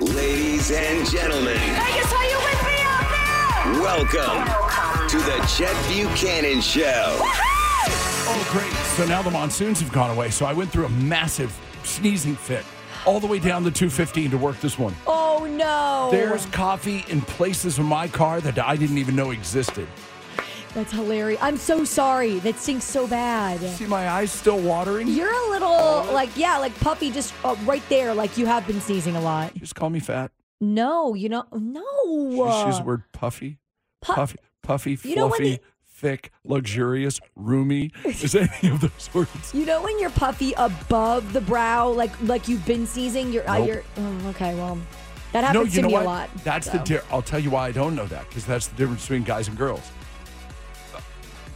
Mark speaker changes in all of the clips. Speaker 1: Ladies and gentlemen,
Speaker 2: Vegas, are you with me out there?
Speaker 1: welcome to the Chet Buchanan Show.
Speaker 3: Oh, great. So now the monsoons have gone away. So I went through a massive sneezing fit all the way down to 215 to work this morning.
Speaker 4: Oh no.
Speaker 3: There's coffee in places in my car that I didn't even know existed.
Speaker 2: That's hilarious. I'm so sorry. That stinks so bad.
Speaker 3: See my eyes still watering? Oh.
Speaker 2: You're a little like yeah, like puffy, just uh, right there. Like you have been sneezing a lot.
Speaker 3: Just call me fat.
Speaker 2: No, you know,
Speaker 3: She
Speaker 2: no.
Speaker 3: just used the word puffy.
Speaker 2: Pu-
Speaker 3: puffy, puffy, fluffy,
Speaker 2: You know when the-
Speaker 3: thick, luxurious, roomy. Is any of those words?
Speaker 2: You know when you're puffy above the brow, like like you've been sneezing. You're uh,
Speaker 3: Nope.
Speaker 2: you're oh, okay. Well, that
Speaker 3: no,
Speaker 2: happens
Speaker 3: you
Speaker 2: to
Speaker 3: know
Speaker 2: me
Speaker 3: what?
Speaker 2: a lot.
Speaker 3: That's the
Speaker 2: so.
Speaker 3: di- I'll tell you why I don't know that because that's the difference between guys and girls. Uh,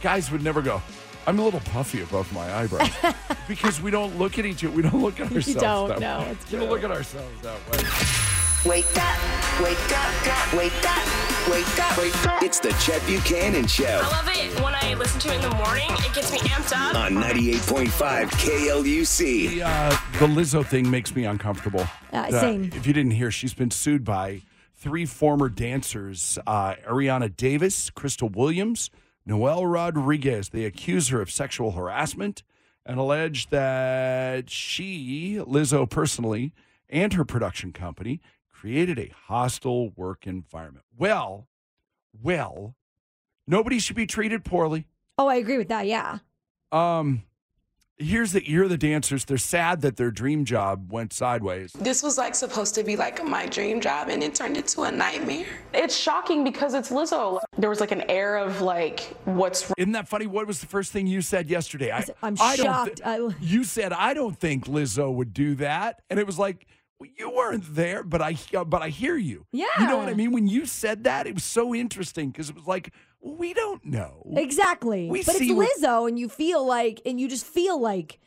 Speaker 3: Guys would never go. I'm a little puffy above my eyebrows because we don't look at each other. We don't look at ourselves.
Speaker 2: don't,
Speaker 3: that
Speaker 2: no,
Speaker 3: way.
Speaker 2: it's
Speaker 3: We don't
Speaker 2: true.
Speaker 3: look at ourselves that way.
Speaker 5: Wake up, wake up, wake up, wake up, wake up.
Speaker 1: It's the Chet Buchanan Show
Speaker 6: I love it when I listen to it in the morning. It gets me amped up.
Speaker 1: on 98.5 KLUC.
Speaker 3: The, uh, the Lizzo thing makes me uncomfortable.
Speaker 2: Uh, same.
Speaker 3: If you didn't hear, she's been sued by three former dancers uh, Ariana Davis, Crystal Williams, Noelle Rodriguez. They accuse her of sexual harassment and allege that she, Lizzo personally, and her production company created a hostile work environment. Well, well, nobody should be treated poorly.
Speaker 2: Oh, I agree with that. Yeah.
Speaker 3: Um, here's the ear of the dancers. They're sad that their dream job went sideways.
Speaker 7: This was like supposed to be like my dream job and it turned into a nightmare.
Speaker 6: It's shocking because it's Lizzo. There was like an air of like, what's
Speaker 3: Isn't that funny? What was the first thing you said yesterday? I,
Speaker 2: I'm shocked.
Speaker 3: Don't
Speaker 2: I-
Speaker 3: thi- you said I don't think Lizzo would do that, and it was like well, you weren't there, but I but I hear you. You know what I
Speaker 2: Yeah.
Speaker 3: mean? When you said that, it was so interesting because it was like we don't know.
Speaker 2: Exactly.
Speaker 3: We
Speaker 2: but it's
Speaker 3: see what-
Speaker 2: Lizzo, and you feel like, and you just feel like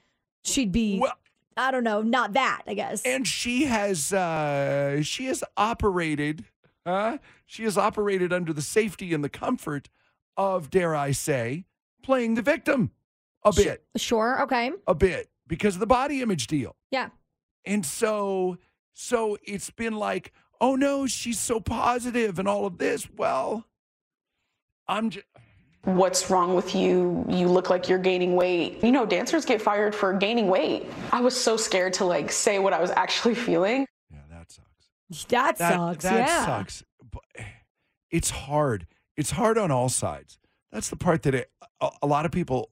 Speaker 2: she'd be,
Speaker 3: Well-
Speaker 2: I don't know, not that, I guess.
Speaker 3: and she has uh, she has operated uh, she has operated under the safety and the comfort of dare i say playing the victim a bit
Speaker 2: sure. Okay.
Speaker 3: a bit because of the body image deal
Speaker 2: Yeah.
Speaker 3: and so so it's been like oh no she's so positive and all of this well i'm just
Speaker 7: What's wrong with you? You look like you're gaining weight. You know, dancers get fired for gaining weight. I was so scared to like say what I was actually feeling.
Speaker 3: yeah that sucks
Speaker 2: That,
Speaker 3: that
Speaker 2: sucks.
Speaker 3: that
Speaker 2: yeah.
Speaker 3: sucks But eh, it's hard it's hard on all sides that's the part that it, a, a lot of people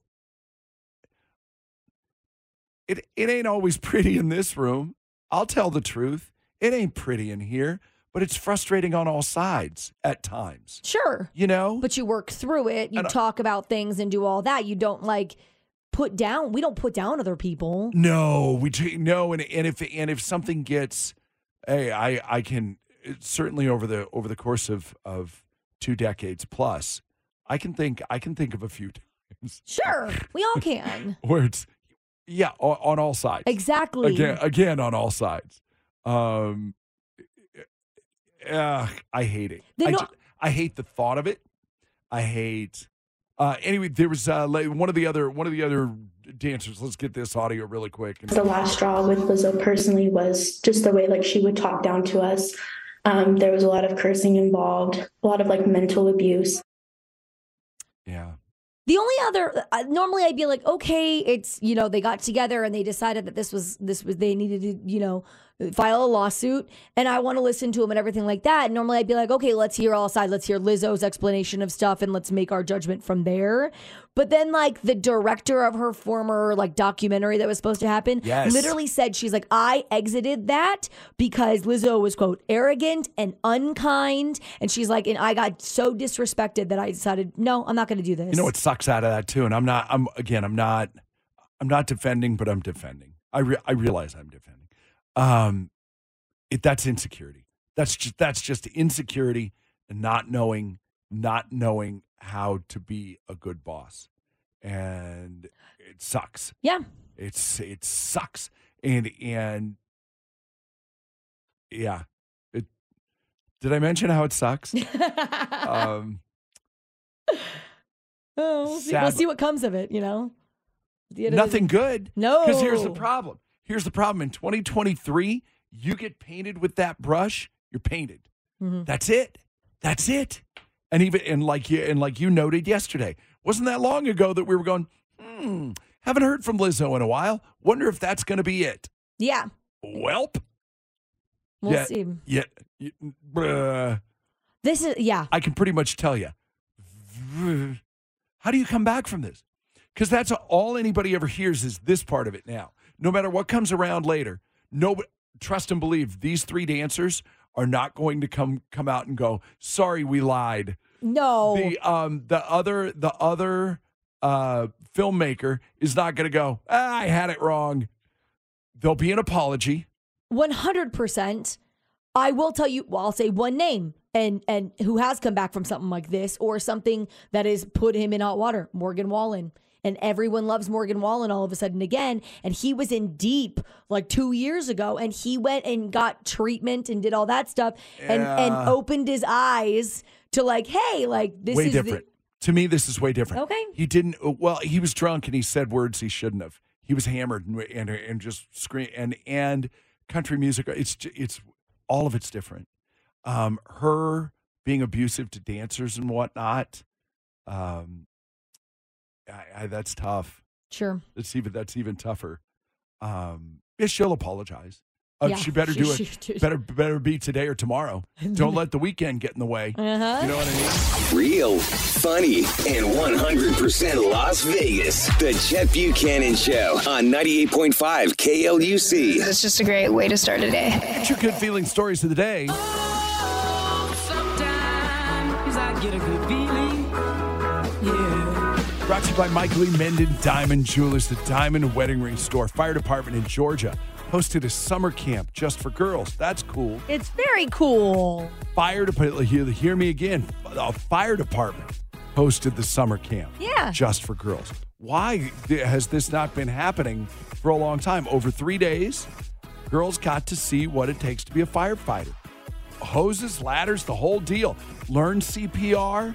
Speaker 3: it it ain't always pretty in this room i'll tell the truth it ain't pretty in here but it's frustrating on all sides at times
Speaker 2: Sure.
Speaker 3: you know
Speaker 2: But you work through it. You
Speaker 3: And I-
Speaker 2: talk about things and do all that. You don't like put down, we don't put down other people.
Speaker 3: No, we do, no, and and if and if something gets, hey, I I can it's certainly over the over the course of of two decades plus, I can think I can think of a few times
Speaker 2: Sure. We all can.
Speaker 3: where it's yeah on, on all sides
Speaker 2: Exactly.
Speaker 3: again again on all sides. Um, ugh, I hate it.
Speaker 2: They
Speaker 3: I,
Speaker 2: don't-
Speaker 3: ju- I hate the thought of it. I hate. Uh, anyway, there was uh, like, one of the other one of the other dancers. Let's get this audio really quick. And-
Speaker 8: the last straw with Lizzo personally was just the way like she would talk down to us. Um, there was a lot of cursing involved, a lot of like mental abuse.
Speaker 3: yeah.
Speaker 2: The only other uh, normally I'd be like, okay, it's you know they got together and they decided that this was this was they needed to you know file a lawsuit and I want to listen to him and everything like that. And normally I'd be like, okay, let's hear all sides. Let's hear Lizzo's explanation of stuff and let's make our judgment from there. But then like the director of her former like documentary that was supposed to happen
Speaker 3: Yes.
Speaker 2: literally said she's like, I exited that because Lizzo was quote arrogant and unkind. And she's like, and I got so disrespected that I decided, no, I'm not gonna do this.
Speaker 3: You know what sucks out of that too, and I'm not. I'm again. I'm not. I'm not defending, but I'm defending. I re- I realize I'm defending. Um, it that's insecurity. That's just that's just insecurity and not knowing, not knowing how to be a good boss, and it sucks.
Speaker 2: Yeah.
Speaker 3: It's it sucks, and and yeah. It did I mention how it sucks? um.
Speaker 2: Oh, we'll, see, we'll
Speaker 3: Sad-
Speaker 2: see what comes of it, you know? At the end of the-
Speaker 3: Nothing good.
Speaker 2: No.
Speaker 3: Because here's the problem. Here's the problem. In 2023, you get painted with that brush, you're painted. That's it. That's it. And even and like you and like you noted yesterday, wasn't that long ago that we were going, hmm, haven't heard from Lizzo in a while. Wonder if that's gonna be it.
Speaker 2: Yeah.
Speaker 3: Welp.
Speaker 2: We'll
Speaker 3: yeah,
Speaker 2: see.
Speaker 3: Yeah. y- bruh.
Speaker 2: This is, yeah.
Speaker 3: I can pretty much tell you. How do you come back from this? Because that's all anybody ever hears is this part of it now. No matter what comes around later, no trust and believe these three dancers are not going to come come out and go, "Sorry, we lied."
Speaker 2: No.
Speaker 3: The um the other the other uh filmmaker is not going to go, "Ah, "I had it wrong." There'll be an apology.
Speaker 2: 100%. I will tell you, well, I'll say one name and and who has come back from something like this or something that has put him in hot water, Morgan Wallen. And everyone loves Morgan Wallen all of a sudden again. And he was in deep like two years ago and he went and got treatment and did all that stuff and, and
Speaker 3: Yeah.
Speaker 2: opened his eyes to like, hey, like this
Speaker 3: way
Speaker 2: is the-
Speaker 3: different. to me, this is way different.
Speaker 2: Okay.
Speaker 3: He didn't. uh, Well, he was drunk and he said words he shouldn't have. He was hammered and and, and just scream and and country music. It's j- it's all of it's different. Um, her being abusive to dancers and whatnot. Um, I, I, that's tough.
Speaker 2: Sure.
Speaker 3: That's even that's even tougher. Um, yeah, she'll apologize. Uh,
Speaker 2: Yeah,
Speaker 3: she better
Speaker 2: she
Speaker 3: do it.
Speaker 2: should do-
Speaker 3: Better better be today or tomorrow. Don't let the weekend get in the way.
Speaker 2: Uh-huh.
Speaker 3: You know what I mean?
Speaker 1: Real, funny, and 100% Las Vegas. The Chet Buchanan Show on 98.5 KLUC.
Speaker 5: It's just a great way to start a day.
Speaker 3: Two good feeling stories of the day. Brought to you by Mike Lee Menden Diamond Jewelers, the diamond wedding ring store. Fire department in Georgia hosted a summer camp just for girls. That's cool.
Speaker 2: It's very cool.
Speaker 3: Fire department, hear, hear me again. The fire department hosted the summer camp.
Speaker 2: Yeah.
Speaker 3: Just for girls. Why th- has this not been happening for a long time? Over three days, girls got to see what it takes to be a firefighter hoses, ladders, the whole deal. Learn CPR,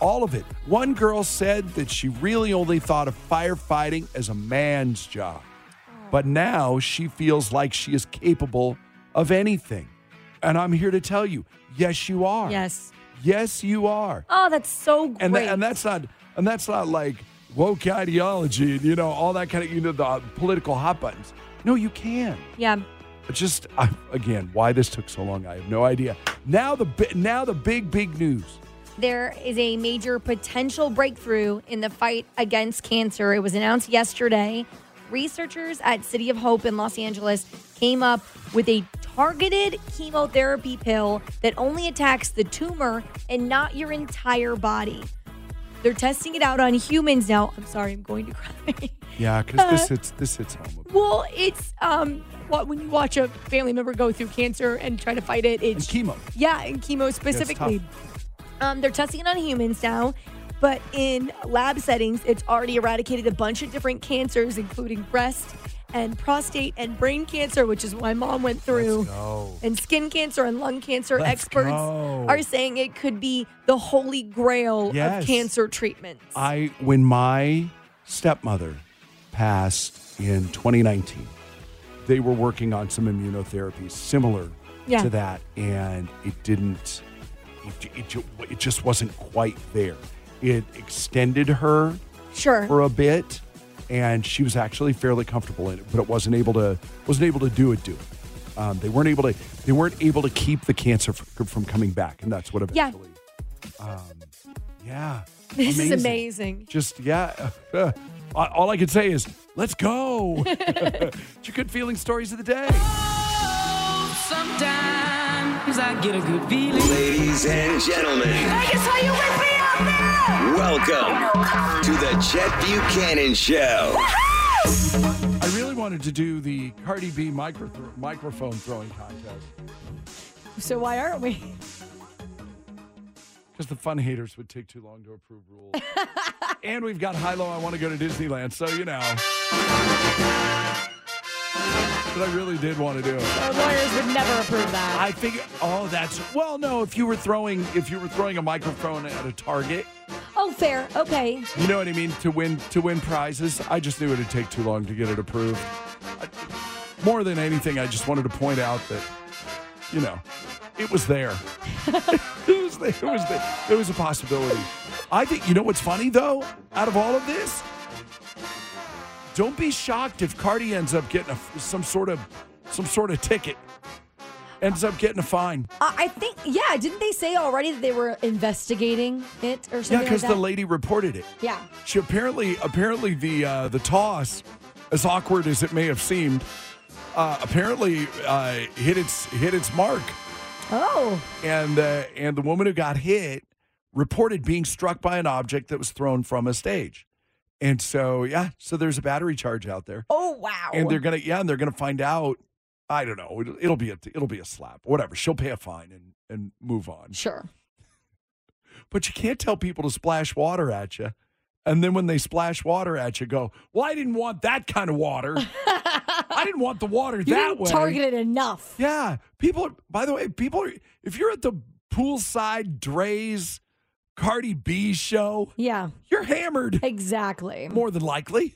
Speaker 3: all of it. One girl said that she really only thought of firefighting as a man's job, but now she feels like she is capable of anything. And I'm here to tell you, yes, you are.
Speaker 2: Yes.
Speaker 3: Yes, you are.
Speaker 2: Oh, that's so great.
Speaker 3: And tha- and that's not and that's not like woke ideology and you know all that kind of you know the political hot buttons. No, you can.
Speaker 2: yeah.
Speaker 3: It's just I, again why this took so long i have no idea now the bi- now the big big news
Speaker 4: there is a major potential breakthrough in the fight against cancer. It was announced yesterday. Researchers at City of Hope in Los Angeles came up with a targeted chemotherapy pill that only attacks the tumor and not your entire body. They're testing it out on humans now. I'm sorry, I'm going to cry.
Speaker 3: yeah because this hits this hits home
Speaker 4: well, it's um what when you watch a family member go through cancer and try to fight it,
Speaker 3: and
Speaker 4: it's
Speaker 3: chemo
Speaker 4: yeah, and chemo specifically. Um, they're testing it on humans now, but in lab settings, it's already eradicated a bunch of different cancers, including breast and prostate and brain cancer, which is what my mom went through.
Speaker 2: Oh.
Speaker 4: And skin cancer and lung cancer
Speaker 3: Let's
Speaker 4: experts
Speaker 3: go.
Speaker 4: are saying it could be the holy grail
Speaker 3: Yes.
Speaker 4: of cancer treatments.
Speaker 3: i when my stepmother passed in 2019 they were working on some immunotherapies similar
Speaker 4: Yeah.
Speaker 3: to that and it didn't it, it, ju- it just wasn't quite there it extended her
Speaker 4: sure.
Speaker 3: for a bit, and she was actually fairly comfortable in it, but it wasn't able to wasn't able to do it do it. Um, they weren't able to. They weren't able to keep the cancer from, from coming back, and that's what
Speaker 4: Yeah.
Speaker 3: eventually. Um, yeah.
Speaker 4: This is amazing.
Speaker 3: Just yeah. Uh, all I could say is let's go. it's your good feeling stories of the day.
Speaker 5: Oh, Sometimes I get a good feeling.
Speaker 1: Ladies and gentlemen,
Speaker 5: Vegas, how you with me out there?
Speaker 1: welcome to the Chet Buchanan Show.
Speaker 3: I really wanted to do the Cardi B micro microphone throwing contest
Speaker 2: So why aren't we?
Speaker 3: because the fun haters would take too long to approve rules. and we've got high low. I want to go to Disneyland, so you know. But I really did want to do it.
Speaker 2: Our lawyers would never approve that.
Speaker 3: I think. Oh, that's well. No, if you were throwing, if you were throwing a microphone at a target,
Speaker 2: Oh, fair. Okay.
Speaker 3: you know what I mean. To win, to win prizes, I just knew it'd take too long to get it approved. I, more than anything, I just wanted to point out that, you know, it was there. it was there. It was there. It was a possibility. I think. You know what's funny though? Out of all of this, don't be shocked if Cardi ends up getting a, some sort of, some sort of ticket. Ends up getting a fine.
Speaker 2: I I think, yeah, didn't they say already that they were investigating it or something?
Speaker 3: Yeah, because
Speaker 2: like
Speaker 3: the
Speaker 2: that?
Speaker 3: lady reported it.
Speaker 2: Yeah.
Speaker 3: She apparently, apparently the uh, the toss, as awkward as it may have seemed, uh, apparently uh, hit its hit its mark,
Speaker 2: Oh,
Speaker 3: and uh, and the woman who got hit reported being struck by an object that was thrown from a stage, and so yeah, so there's a battery charge out there,
Speaker 2: oh, wow.
Speaker 3: and they're gonna yeah, and they're gonna find out. I don't know. It'll, it'll be a it'll be a slap, whatever. She'll pay a fine and and move on.
Speaker 2: sure.
Speaker 3: but you can't tell people to splash water at you. And then when they splash water at you, go, well, I didn't want that kind of water. I didn't want the water
Speaker 2: You
Speaker 3: that
Speaker 2: didn't
Speaker 3: way.
Speaker 2: target it enough.
Speaker 3: yeah. People, are, by the way, people, are, if you're at the poolside Dre's Cardi B show,
Speaker 2: Yeah,
Speaker 3: you're hammered
Speaker 2: exactly.
Speaker 3: more than likely.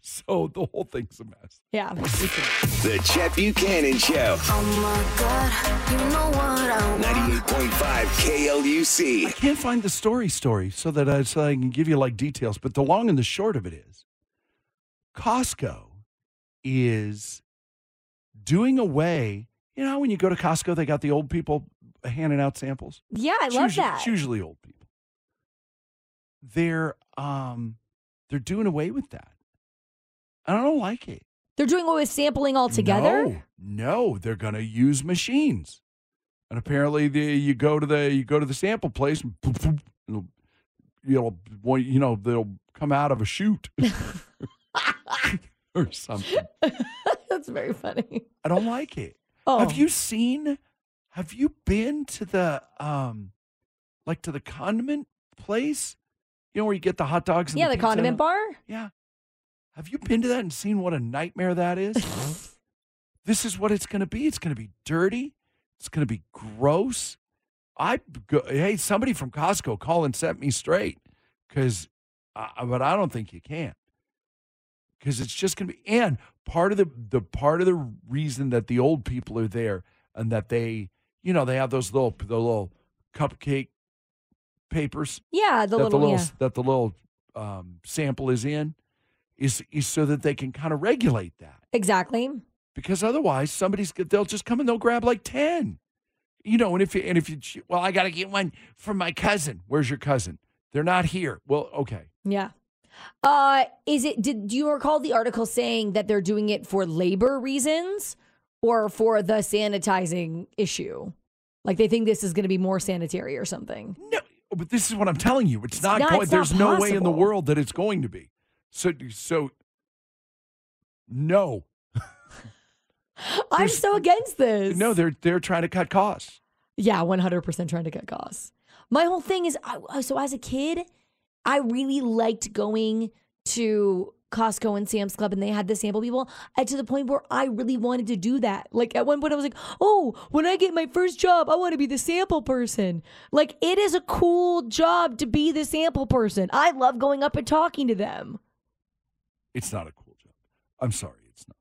Speaker 3: So the whole thing's a mess.
Speaker 2: Yeah.
Speaker 1: The Chet Buchanan Show.
Speaker 5: Oh my god, you know what I want.
Speaker 1: 98.5 KLUC.
Speaker 3: can't find the story story so that I, so I can give you like details. But the long and the short of it is, Costco is doing away. You know, how when you go to Costco, they got the old people handing out samples.
Speaker 2: Yeah, I
Speaker 3: It's
Speaker 2: love
Speaker 3: usually,
Speaker 2: that.
Speaker 3: It's usually old people. They're um, they're doing away with that. And I don't like it.
Speaker 2: They're doing what with sampling altogether?
Speaker 3: No, no, they're gonna use machines. And apparently, the you go to the you go to the sample place, and boop, boop, it'll, you'll well, you know they'll come out of a chute or something.
Speaker 2: That's very funny.
Speaker 3: I don't like it.
Speaker 2: Oh,
Speaker 3: Have you seen? Have you been to the um, like to the condiment place? You know where you get the hot dogs? And
Speaker 2: yeah, the,
Speaker 3: pizza and
Speaker 2: condiment
Speaker 3: all-
Speaker 2: bar?
Speaker 3: Yeah. Have you been to that and seen what a nightmare that is? this is what it's going to be. It's going to be dirty. It's going to be gross. I go, hey, somebody from Costco call and set me straight cuz but I don't think you can. Cuz it's just going to be and part of the the part of the reason that the old people are there and that they you know, they have those little the little cupcake papers
Speaker 2: Yeah, the
Speaker 3: that
Speaker 2: little,
Speaker 3: the little
Speaker 2: yeah.
Speaker 3: that the little um, sample is in is is so that they can kind of regulate that
Speaker 2: Exactly.
Speaker 3: because otherwise somebody's go- they'll just come and they'll grab like ten, you know. And if you and if you well, I got to get one from my cousin. Where's your cousin? They're not here. Well, okay.
Speaker 2: Yeah. Uh, is it did do you recall the article saying that they're doing it for labor reasons or for the sanitizing issue? Like they think this is going to be more sanitary or something.
Speaker 3: No, Oh, but this is what I'm telling you. It's, not,
Speaker 2: not-
Speaker 3: going.
Speaker 2: it's not
Speaker 3: there's no way in the
Speaker 2: possible.
Speaker 3: world that it's going to be. So so no
Speaker 2: I'm
Speaker 3: There's-
Speaker 2: so against this.
Speaker 3: no they're they're trying to cut costs.
Speaker 2: Yeah, 100% trying to cut costs. My whole thing is I, I- so as a kid, I really liked going to Costco and Sam's Club and they had the sample people and to the point where I really wanted to do that. Like at one point I was like, "Oh, when I get my first job, I want to be the sample person." Like it is a cool job to be the sample person. I love going up and talking to them.
Speaker 3: It's not a cool job. I'm sorry, it's not.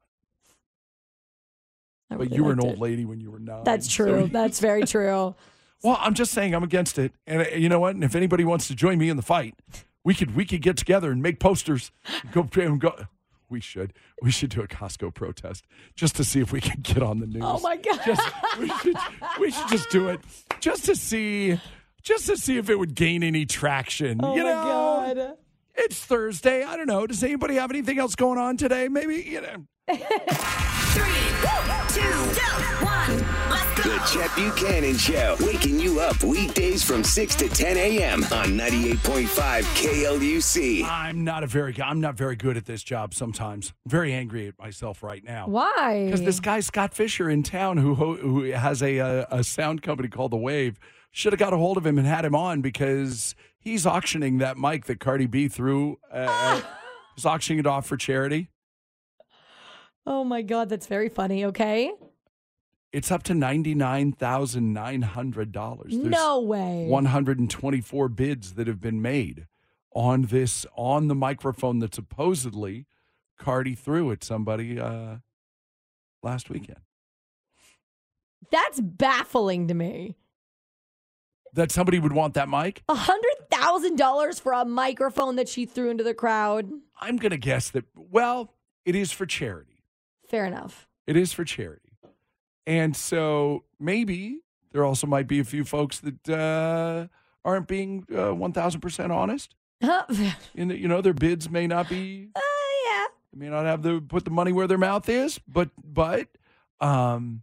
Speaker 2: I
Speaker 3: But
Speaker 2: really
Speaker 3: you were an
Speaker 2: liked
Speaker 3: old
Speaker 2: it.
Speaker 3: lady when you were nine.
Speaker 2: That's
Speaker 3: so
Speaker 2: true.
Speaker 3: you-
Speaker 2: That's very true.
Speaker 3: well, I'm just saying I'm against it, and uh, you know what? And if anybody wants to join me in the fight, we could we could get together and make posters. And go and go. We should. We should do a Costco protest just to see if we can get on the news.
Speaker 2: Oh my god!
Speaker 3: Just- we, should, we should just do it just to see, just to see if it would gain any traction.
Speaker 2: Oh
Speaker 3: you
Speaker 2: my
Speaker 3: know,
Speaker 2: god!
Speaker 3: it's Thursday. I don't know. Does anybody have anything else going on today? Maybe you know.
Speaker 1: The Chet Buchanan Show, waking you up weekdays from 6 to 10 a.m. on 98.5 KLUC.
Speaker 3: I'm not a very. I'm not very good at this job. Sometimes, very angry at myself right now.
Speaker 4: Why?
Speaker 3: Because this guy Scott Fisher in town, who ho- who has a, a a sound company called The Wave, should have got a hold of him and had him on because he's auctioning that mic that Cardi B threw. Uh, he's auctioning it off for charity.
Speaker 2: Oh my god! That's very funny. Okay.
Speaker 3: It's up to ninety nine thousand nine hundred dollars.
Speaker 2: no way.
Speaker 3: one hundred and twenty four bids that have been made on this on the microphone that supposedly Cardi threw at somebody uh, last weekend.
Speaker 2: That's baffling to me.
Speaker 3: That somebody would want that mic.
Speaker 2: A hundred thousand dollars for a microphone that she threw into the crowd.
Speaker 3: I'm going to guess that, well, it is for charity.
Speaker 2: Fair enough.
Speaker 3: It is for charity. And so maybe there also might be a few folks that uh, aren't being uh, 1000% honest.
Speaker 2: Huh? Uh,
Speaker 3: In that, you know, their bids may not be,
Speaker 2: yeah.
Speaker 3: they may not have the put the money where their mouth is, but, but, um,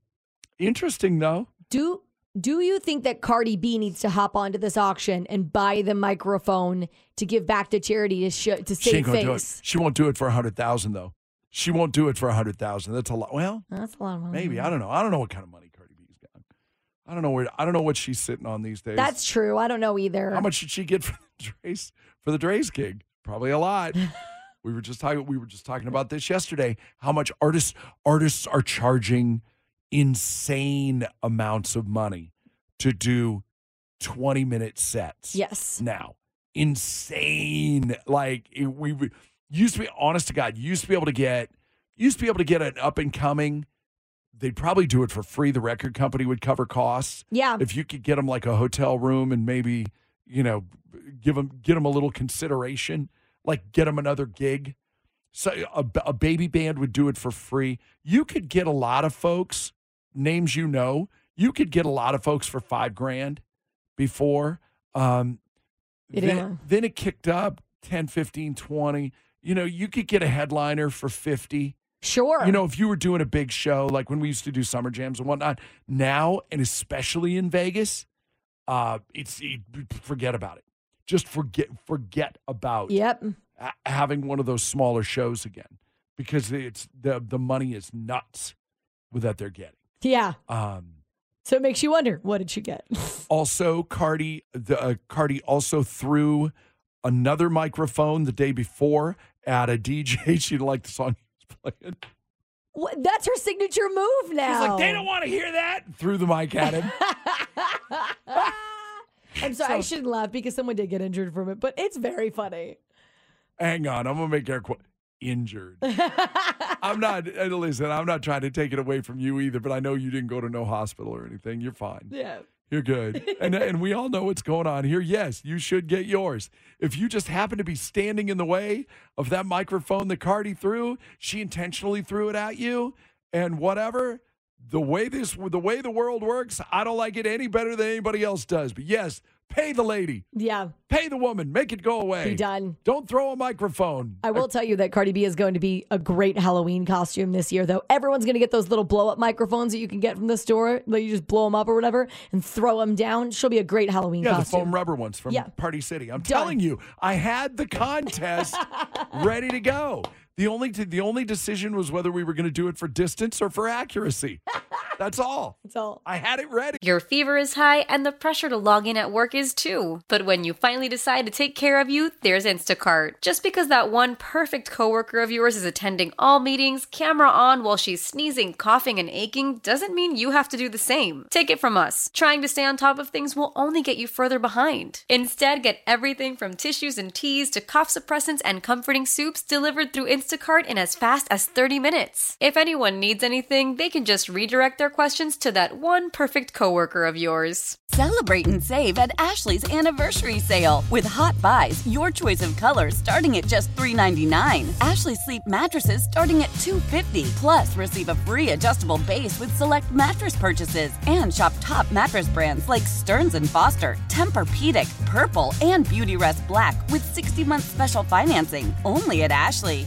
Speaker 3: interesting though.
Speaker 2: Do do you think that Cardi B needs to hop onto this auction and buy the microphone to give back to charity to show to
Speaker 3: She
Speaker 2: save
Speaker 3: ain't gonna do it.
Speaker 2: face?
Speaker 3: She won't do it for a hundred thousand though. She won't do it for a hundred thousand. That's a lot. Well,
Speaker 2: That's a lot of money.
Speaker 3: maybe. I don't know. I don't know what kind of money Cardi B's got. I don't know where, I don't know what she's sitting on these days.
Speaker 2: That's true. I don't know either.
Speaker 3: How much did she get for the Dre's for the Dre's gig? Probably a lot. we were just talking. We were just talking about this yesterday. How much artists artists are charging insane amounts of money to do twenty minute sets.
Speaker 2: Yes.
Speaker 3: Now, insane. Like it, we, we used to be honest to God. Used to be able to get. Used to be able to get an up and coming. They'd probably do it for free. The record company would cover costs
Speaker 2: Yeah.
Speaker 3: if you could get them like a hotel room and maybe you know give them get them a little consideration like get them another gig so a, a baby band would do it for free you could get a lot of folks names you know you could get a lot of folks for five grand before um
Speaker 2: It
Speaker 3: then,
Speaker 2: is.
Speaker 3: then it kicked up 10 15 20 you know you could get a headliner for 50
Speaker 2: Sure.
Speaker 3: you know, if you were doing a big show like when we used to do summer jams and whatnot, now and especially in Vegas, uh, it's it, forget about it. Just forget forget about
Speaker 2: Yep.
Speaker 3: ha- having one of those smaller shows again because it's the the money is nuts with that they're getting.
Speaker 2: Yeah.
Speaker 3: Um,
Speaker 2: So it makes you wonder, what did she get?
Speaker 3: also, Cardi the uh, Cardi also threw another microphone the day before at a DJ. She didn't like the song he was playing.
Speaker 2: What- That's her signature move now.
Speaker 3: She's like, they don't want to hear that. Threw the mic at him.
Speaker 2: I'm sorry, I shouldn't laugh because someone did get injured from it, but it's very funny.
Speaker 3: hang on, I'm gonna make air quote injured. I'm not and listen, I'm not trying to take it away from you either, but I know you didn't go to no hospital or anything. You're fine.
Speaker 2: Yeah.
Speaker 3: You're good. And and we all know what's going on here. Yes, you should get yours. If you just happen to be standing in the way of that microphone that Cardi threw, she intentionally threw it at you and whatever. The way this the way the world works, I don't like it any better than anybody else does. But yes, pay the lady.
Speaker 2: Yeah.
Speaker 3: Pay the woman. Make it go away.
Speaker 2: Be done.
Speaker 3: Don't throw a microphone.
Speaker 2: I will tell you that Cardi B is going to be a great Halloween costume this year, though. Everyone's going to get those little blow up microphones that you can get from the store. Like you just blow them up or whatever and throw them down. She'll be a great Halloween
Speaker 3: Yeah, the
Speaker 2: costume.
Speaker 3: foam rubber ones from
Speaker 2: Yeah.
Speaker 3: Party City. I'm
Speaker 2: Done.
Speaker 3: telling you, I had the contest ready to go. The only t- the only decision was whether we were going to do it for distance or for accuracy. That's all.
Speaker 2: That's all.
Speaker 3: I had it ready.
Speaker 9: Your fever is high and the pressure to log in at work is too. But when you finally decide to take care of you, there's Instacart. Just because that one perfect coworker of yours is attending all meetings, camera on while she's sneezing, coughing, and aching, doesn't mean you have to do the same. Take it from us. Trying to stay on top of things will only get you further behind. Instead, get everything from tissues and teas to cough suppressants and comforting soups delivered through Instacart in as fast as 30 minutes. If anyone needs anything, they can just redirect their their questions to that one perfect coworker of yours.
Speaker 10: Celebrate and save at Ashley's anniversary sale with hot buys, your choice of colors starting at just $3.99. Ashley Sleep mattresses starting at $2.50. Plus, receive a free adjustable base with select mattress purchases and shop top mattress brands like Stearns and Foster, Tempur-Pedic, Purple, and Beautyrest Black with 60-month special financing only at Ashley.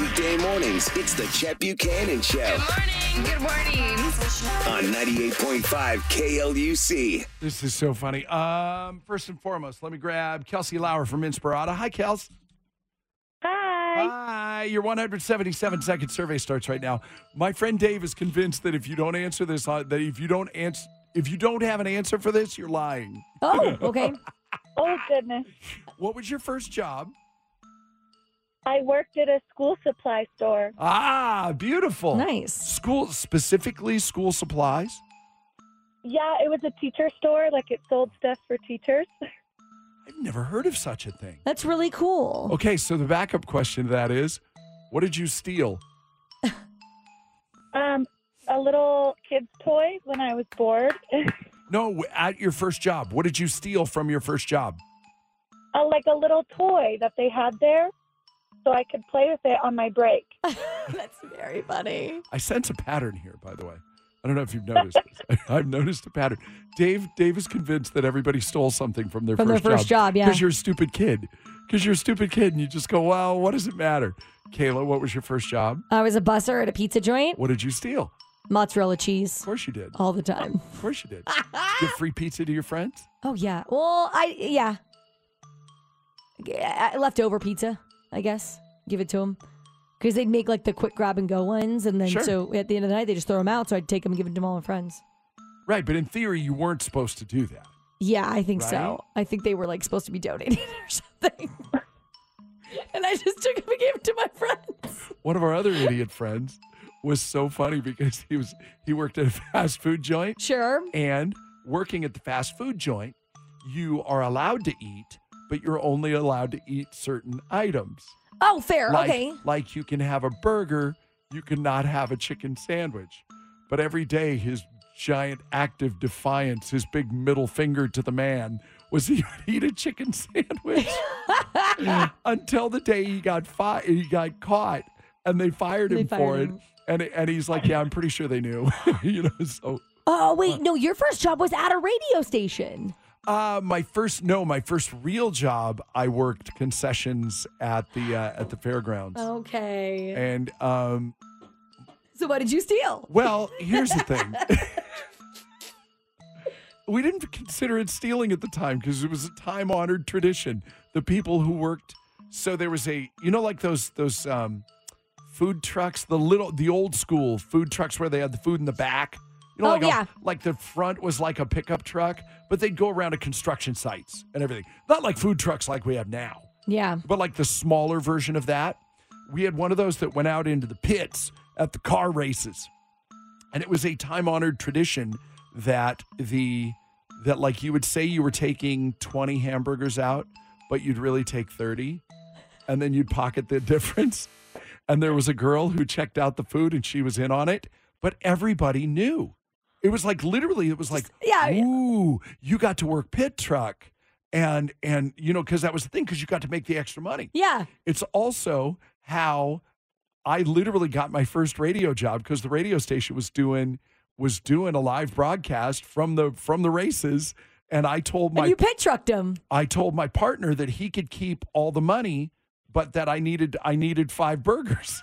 Speaker 1: Weekday mornings, it's the Chet Buchanan Show
Speaker 5: Good morning.
Speaker 1: on 98.5 KLUC.
Speaker 3: This is so funny. Um, first and foremost, let me grab Kelsey Lauer from Inspirata. Hi, Kels. Hi. Hi. Your 177 second survey starts right now. My friend Dave is convinced that if you don't answer this, uh, that if you don't answer, if you don't have an answer for this, you're lying.
Speaker 2: Oh, okay.
Speaker 11: Oh goodness.
Speaker 3: What was your first job?
Speaker 11: I worked at a school supply store.
Speaker 3: Ah, beautiful.
Speaker 11: Nice.
Speaker 3: School specifically school supplies.
Speaker 11: Yeah, it was a teacher store. Like it sold stuff for teachers.
Speaker 3: I've never heard of such a thing.
Speaker 2: That's really cool.
Speaker 3: Okay, so the backup question to that is, what did you steal?
Speaker 11: Um, a little kid's toy when I was bored.
Speaker 3: No, w- at your first job, what did you steal from your first job?
Speaker 11: uh, like a little toy that they had there, so I could play with it on my break.
Speaker 2: That's very funny.
Speaker 3: I sense a pattern here, by the way. I don't know if you've noticed. this. I've noticed a pattern. Dave, Dave is convinced that everybody stole something from their
Speaker 2: From their
Speaker 3: first
Speaker 2: first job, yeah.
Speaker 3: because you're a stupid kid. Because you're a stupid kid, and you just go, "Well, what does it matter?" Kayla, what was your first job?
Speaker 2: I was a busser at a pizza joint.
Speaker 3: What did you steal?
Speaker 2: Mozzarella cheese. Of
Speaker 3: course you did.
Speaker 2: All the time.
Speaker 3: Of course you did. Give free pizza to your friends.
Speaker 2: Oh yeah. Well, I yeah. Yeah, Leftover pizza, I guess. Give it to them because they'd make like the quick grab and go ones, and then
Speaker 3: Sure.
Speaker 2: so at the end of the night they just throw them out. So I'd take them, and give them to all my friends.
Speaker 3: Right, but in theory, you weren't supposed to do that.
Speaker 2: Yeah, I think
Speaker 3: Right?
Speaker 2: so. I think they were like supposed to be donated or something. and I just took them and gave them to my friends.
Speaker 3: One of our other idiot friends was so funny because he was he worked at a fast food joint.
Speaker 2: Sure.
Speaker 3: And working at the fast food joint, you are allowed to eat, but you're only allowed to eat certain items.
Speaker 2: Oh, fair.
Speaker 3: Like,
Speaker 2: okay.
Speaker 3: Like you can have a burger, you cannot have a chicken sandwich. But every day his giant active defiance, his big middle finger to the man, was he would eat a chicken sandwich until the day he got fi- he got caught and they fired
Speaker 2: They
Speaker 3: him for
Speaker 2: fired
Speaker 3: it.
Speaker 2: him.
Speaker 3: And and he's like, Yeah, I'm pretty sure they knew. you know, so
Speaker 2: Oh wait, no, your first job was at a radio station.
Speaker 3: uh, my first no, my first real job, I worked concessions at the uh, at the fairgrounds,
Speaker 2: Oh, Okay.
Speaker 3: and um,
Speaker 2: so what did you steal?
Speaker 3: Well, here's the thing. we didn't consider it stealing at the time because it was a time honored tradition. The people who worked, so there was a, you know, like those those um, food trucks, the little, the old school food trucks where they had the food in the back. You know,
Speaker 2: Oh,
Speaker 3: like, a-
Speaker 2: yeah.
Speaker 3: like the front was like a pickup truck, but they'd go around to construction sites and everything. Not like food trucks like we have now
Speaker 2: Yeah.
Speaker 3: but like the smaller version of that. We had one of those that went out into the pits at the car races. And it was a time honored tradition that the that like you would say you were taking 20 hamburgers out, but you'd really take 30 and then you'd pocket the difference. And there was a girl who checked out the food and she was in on it, but everybody knew. It was like literally it was like
Speaker 2: yeah.
Speaker 3: ooh, you got to work pit truck and and you know cuz that was the thing cuz you got to make the extra money.
Speaker 2: Yeah.
Speaker 3: It's also how I literally got my first radio job because the radio station was doing was doing a live broadcast from the from the races, and I told my
Speaker 2: and you pit trucked him.
Speaker 3: I told my partner that he could keep all the money, but that I needed I needed five burgers.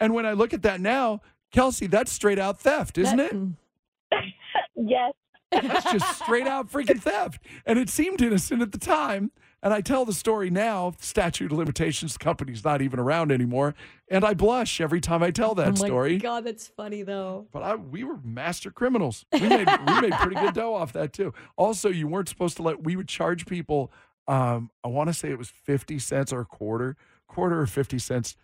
Speaker 3: and when I look at that now, Kelsey, that's straight out theft, isn't it?
Speaker 11: yes.
Speaker 3: That's just straight out freaking theft. And it seemed innocent at the time. And I tell the story now, statute of limitations, the company's not even around anymore. And I blush every time I tell that
Speaker 2: oh my
Speaker 3: story.
Speaker 2: God, that's funny though.
Speaker 3: But I, we were master criminals. We made, we made pretty good dough off that too. Also, you weren't supposed to let. We would charge people. Um, I want to say it was fifty cents or a quarter, quarter or fifty cents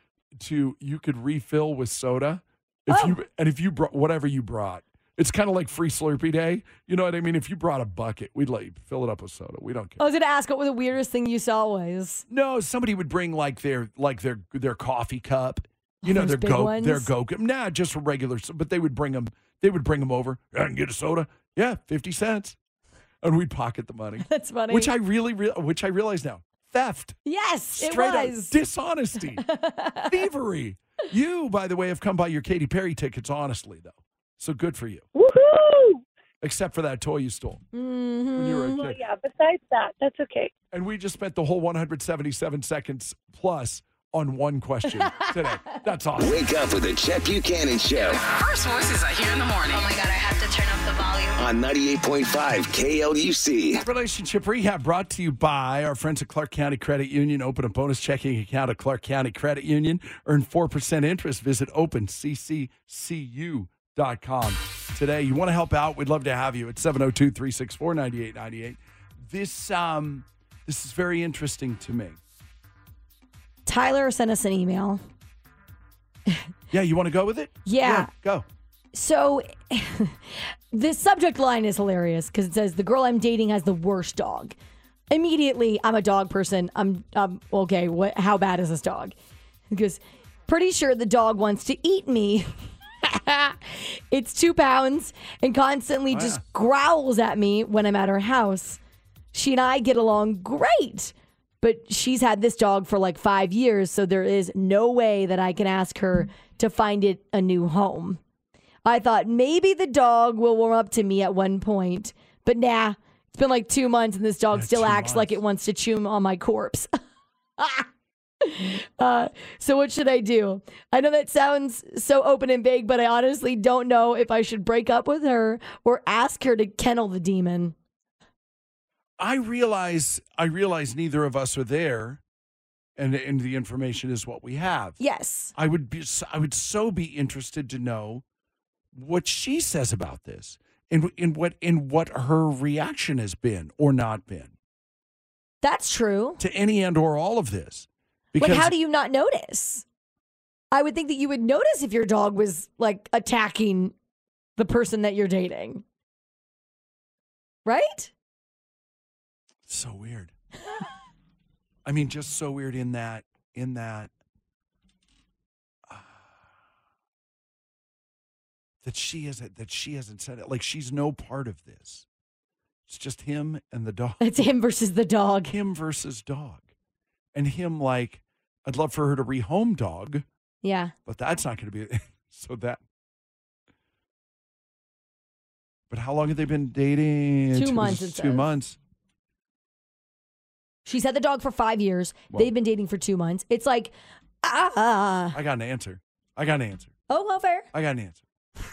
Speaker 3: to you could refill with soda if you and if you brought whatever you brought. It's kind of like free Slurpee day. You know what I mean? If you brought a bucket, we'd let you fill it up with soda. We don't care.
Speaker 2: I was gonna ask what were the weirdest thing you saw was.
Speaker 3: No, somebody would bring like their like their their coffee cup. You know
Speaker 2: Those
Speaker 3: their
Speaker 2: big
Speaker 3: go their
Speaker 2: ones?
Speaker 3: go cup. Nah, just a regular. s- But they would bring them. They would bring them over. I can get a soda. Yeah, fifty cents, and we'd pocket the money.
Speaker 2: That's funny.
Speaker 3: Which I really, real which I realize now, theft.
Speaker 2: Yes,
Speaker 3: Straight
Speaker 2: it
Speaker 3: up
Speaker 2: was.
Speaker 3: dishonesty, thievery. You, by the way, have come by your Katy Perry tickets honestly though, so good for you.
Speaker 11: Woohoo!
Speaker 3: Except for that toy you stole.
Speaker 11: Mm-hmm.
Speaker 3: you were a kid.
Speaker 11: yeah, besides that, that's okay.
Speaker 3: And we just spent the whole 177 seconds plus on one question today. That's awesome.
Speaker 1: Wake up with the Chet Buchanan Show
Speaker 5: First voices I hear in the morning. Oh my god, I have to turn up the volume.
Speaker 1: on 98.5 KLUC.
Speaker 3: Relationship Rehab brought to you by our friends at Clark County Credit Union. Open a bonus checking account at Clark County Credit Union. Earn 4% interest. Visit opencccu.com today. You want to help out? We'd love to have you at 702 364 9898. This, um, this is very interesting to me.
Speaker 2: Tyler sent us an email.
Speaker 3: Yeah, you want to go with it?
Speaker 2: Yeah.
Speaker 3: go.
Speaker 2: So the subject line is hilarious because it says the girl I'm dating has the worst dog. Immediately, I'm a dog person. I'm, um okay. What? How bad is this dog? Because pretty sure the dog wants to eat me. it's two pounds and constantly
Speaker 12: Oh,
Speaker 2: just
Speaker 12: yeah.
Speaker 2: growls at me when I'm at her house. She and I get along great, but she's had this dog for like five years, so there is no way that I can ask her to find it a new home. I thought maybe the dog will warm up to me at one point, but nah, it's been like two months and this dog still acts like it wants to chew on my corpse. Uh, so what should I do? I know that sounds so open and vague, but I honestly don't know if I should break up with her or ask her to kennel the demon.
Speaker 3: I realize I realize neither of us are there, and and the information is what we have.
Speaker 2: Yes.
Speaker 3: I would be s- I would so be interested to know what she says about this and and what and what her reaction has been or not been
Speaker 2: That's true.
Speaker 3: to any and or all of this. Because
Speaker 2: like, how do you not notice? I would think that you would notice if your dog was like attacking the person that you're dating. Right?
Speaker 3: so weird. I mean, just so weird in that in that uh, that she isn't that she hasn't said it. Like she's no part of this. It's just him and the dog.
Speaker 2: It's him versus the dog.
Speaker 3: Him versus dog. And him like, I'd love for her to rehome dog,
Speaker 2: Yeah.
Speaker 3: but that's not gonna be so that but how long have they been dating?
Speaker 2: Two months, it
Speaker 3: Two
Speaker 2: says.
Speaker 3: months.
Speaker 2: She's had the dog for five years.
Speaker 3: Whoa.
Speaker 2: They've been dating for two months. It's like, ah.
Speaker 3: I got an answer. I got an answer.
Speaker 2: Oh, well, fair.
Speaker 3: I got an answer.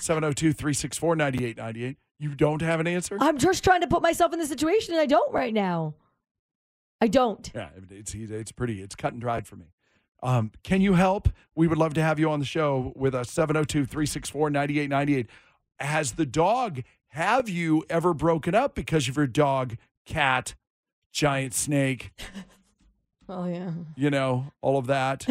Speaker 3: 702 364 9898. You don't have an answer?
Speaker 2: I'm just trying to put myself in the situation and I don't right now. I don't.
Speaker 3: Yeah, I mean, it's it's pretty. It's cut and dried for me. Um, can you help? We would love to have you on the show with us 702 364 9898. Has the dog, have you ever broken up because of your dog, cat, giant snake,
Speaker 2: Oh, yeah.
Speaker 3: you know, all of that?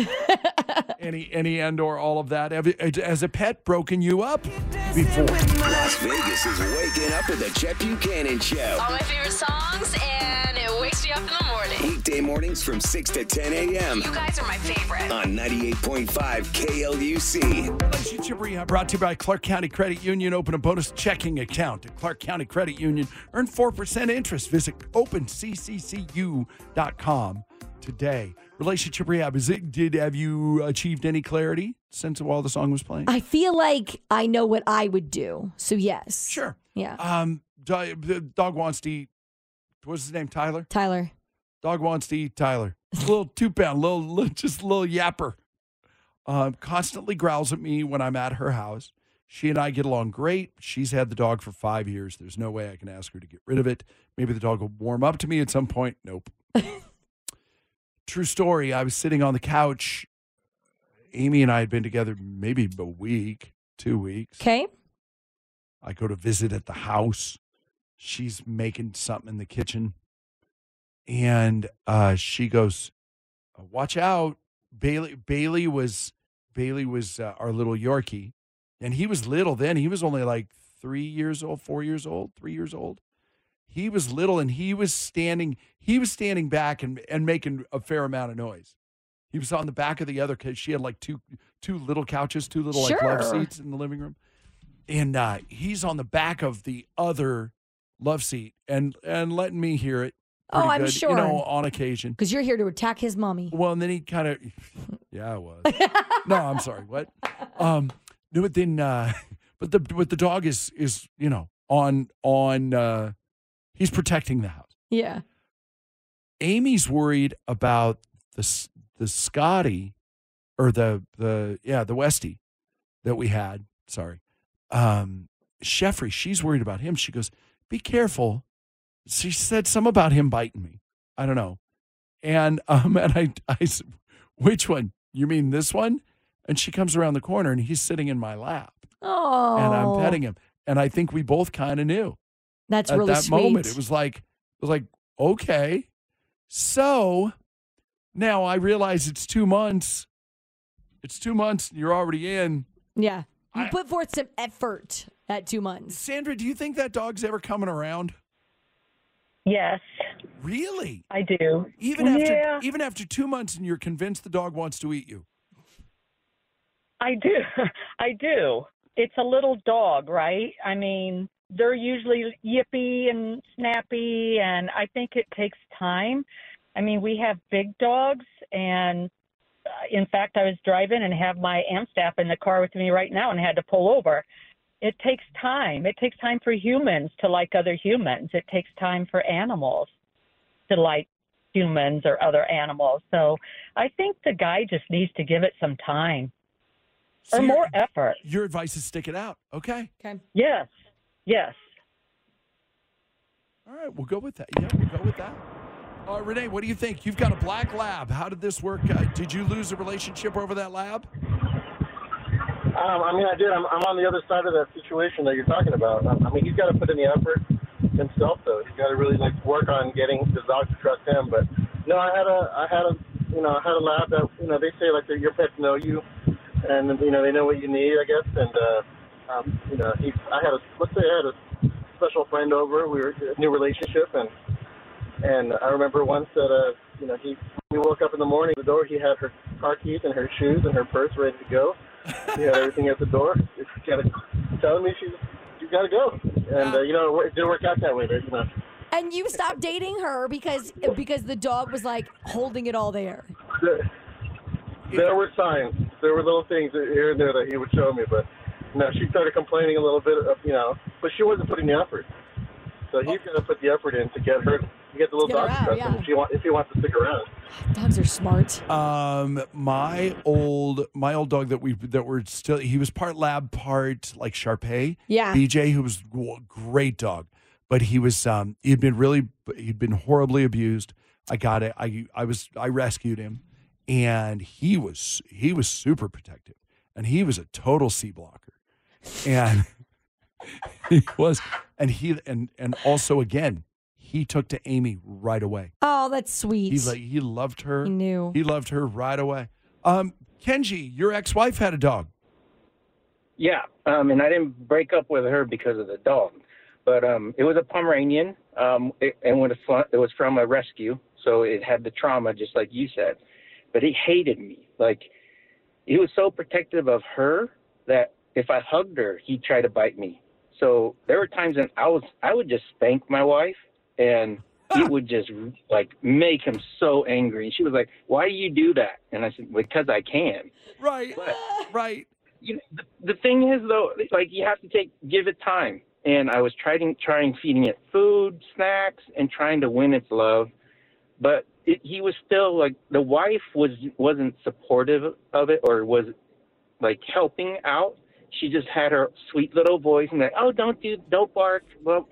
Speaker 3: any any and or all of that? Have, you- has a pet broken you up before?
Speaker 1: Las Vegas is waking up with the Chet Buchanan Show.
Speaker 12: All my favorite songs, and it wakes me up in the morning.
Speaker 1: Weekday mornings from 6 to 10 a.m.
Speaker 12: You guys are my favorite.
Speaker 1: on 98.5 KLUC.
Speaker 3: Relationship Rehab brought to you by Clark County Credit Union. Open a bonus checking account at Clark County Credit Union. Earn 4% interest. Visit opencccu.com today. Relationship Rehab, is it, did have you achieved any clarity since while the song was playing?
Speaker 2: I feel like I know what I would do. So, yes.
Speaker 3: Sure.
Speaker 2: Yeah.
Speaker 3: Um, do- the dog wants to eat, what's his name, Tyler?
Speaker 2: Tyler.
Speaker 3: Dog wants to eat Tyler. little two pound, little, little just little yapper. Um, constantly growls at me when I'm at her house. She and I get along great. She's had the dog for five years. There's no way I can ask her to get rid of it. Maybe the dog will warm up to me at some point. Nope. True story. I was sitting on the couch. Amy and I had been together maybe a week, two weeks.
Speaker 4: Okay.
Speaker 3: I go to visit at the house. She's making something in the kitchen. And uh, she goes, Watch out. Bailey Bailey was Bailey was uh, our little Yorkie. And he was little then. He was only like three years old, four years old, three years old. He was little and he was standing, he was standing back and, and making a fair amount of noise. He was on the back of the other because she had like two two little couches, two little like love
Speaker 13: Sure.
Speaker 3: seats in the living room. And uh, he's on the back of the other love seat and and letting me hear it.
Speaker 2: Oh,
Speaker 3: pretty
Speaker 2: I'm
Speaker 3: good,
Speaker 2: sure.
Speaker 3: You know, on occasion.
Speaker 2: Because you're here to attack his mommy.
Speaker 3: Well, and then he kind of, yeah, I was. no, I'm sorry. What? Um, no, but then, uh, but the but the dog is is you know on on uh, he's protecting the house.
Speaker 2: Yeah.
Speaker 3: Amy's worried about the s- the Scotty or the the yeah the Westie that we had. Sorry, um, Sheffrey. She's worried about him. She goes, "Be careful." She said some about him biting me. I don't know, and um, and I I s- which one? You mean this one? And she comes around the corner and he's sitting in my lap
Speaker 2: Oh.
Speaker 3: and I'm petting him. And I think we both kind of knew.
Speaker 2: That's
Speaker 3: at
Speaker 2: really
Speaker 3: that moment.
Speaker 2: sweet.
Speaker 3: It was like it was like okay, so now I realize it's two months. It's two months. And you're already in.
Speaker 2: Yeah. You put forth some effort at two months.
Speaker 3: Sandra, do you think that dog's ever coming around?
Speaker 11: Yes.
Speaker 3: Really?
Speaker 11: I do.
Speaker 3: Even after
Speaker 11: Yeah.
Speaker 3: even after two months, and you're convinced the dog wants to eat you.
Speaker 11: I do. I do. It's a little dog, right? I mean, they're usually yippy and snappy, and I think it takes time. I mean, we have big dogs, and uh, in fact, I was driving and have my Amstaff in the car with me right now and had to pull over. It takes time. It takes time for humans to like other humans, it takes time for animals to like humans or other animals. So I think the guy just needs to give it some time
Speaker 3: So
Speaker 11: or
Speaker 3: you're-
Speaker 11: more effort.
Speaker 3: Your advice is stick it out. Okay.
Speaker 2: Okay.
Speaker 11: Yes. Yes.
Speaker 3: All right, we'll go with that. Yeah, we'll go with that. Uh, Renee, what do you think? You've got a black lab. How did this work? Uh, did you lose a relationship over that lab?
Speaker 14: Um, I mean, I did. I'm, I'm on the other side of that situation that you're talking about. Um, I I mean, he's got to put in the effort himself, though. He's got to really like work on getting his dog to trust him. But no, I had a, I had a, you know, I had a lab that, you know, they say like that your pets know you, and you know they know what you need, I guess. And uh, um, you know, he, I had a, let's say I had a special friend over. We were a new relationship, and and I remember once that, uh, you know, he, we woke up in the morning, the door, he had her car keys and her shoes and her purse ready to go. He had everything at the door. She gotta, telling me she's, she's got to go. And, uh, you know, it wor- it didn't work out that way, you know.
Speaker 2: And you stopped dating her because because the dog was like holding it all there.
Speaker 14: There, there were signs. There were little things here and there that he would show me, but, you know, she started complaining a little bit, of, you know, but she wasn't putting the effort. So he's got to put the effort in to get her, to get the little
Speaker 2: Get her
Speaker 14: dog to
Speaker 2: out,
Speaker 14: trust him
Speaker 2: yeah.
Speaker 14: if, she want, if he wants to stick around.
Speaker 2: Dogs are smart.
Speaker 3: Um, my old my old dog that we that were still he was part lab, part like Sharpei.
Speaker 13: Yeah.
Speaker 3: BJ, who was a great dog, but he was um he had been really he'd been horribly abused. I got it. I I was I rescued him, and he was he was super protective, and he was a total C blocker, and he was and he and and also again he took to Amy right away.
Speaker 2: Oh, that's sweet.
Speaker 3: He like he loved her.
Speaker 2: He knew.
Speaker 3: He loved her right away. Um, Kenji, your ex-wife had a dog.
Speaker 15: Yeah, um, and I didn't break up with her because of the dog, but um, it was a Pomeranian, um, it, and when it, fl- it was from a rescue, so it had the trauma, just like you said. But he hated me. Like he was so protective of her that if I hugged her, he tried to bite me. So there were times when I was I would just spank my wife, and it would just like make him so angry. And she was like, "Why do you do that?" And I said, "Because I can."
Speaker 3: Right. right.
Speaker 15: You know, the, the thing is though, like you have to take give it time. And I was trying trying feeding it food, snacks, and trying to win its love, but it, he was still like the wife was wasn't supportive of it or was like helping out. she just had her sweet little voice and like, oh, don't do, don't bark. Well,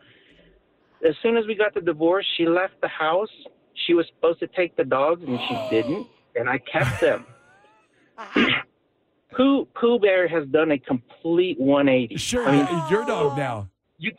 Speaker 15: as soon as we got the divorce, she left the house. She was supposed to take the dogs and she didn't, and I kept them. Pooh Pooh Bear has done a complete 180. Sure, I mean,
Speaker 3: your dog now.
Speaker 15: You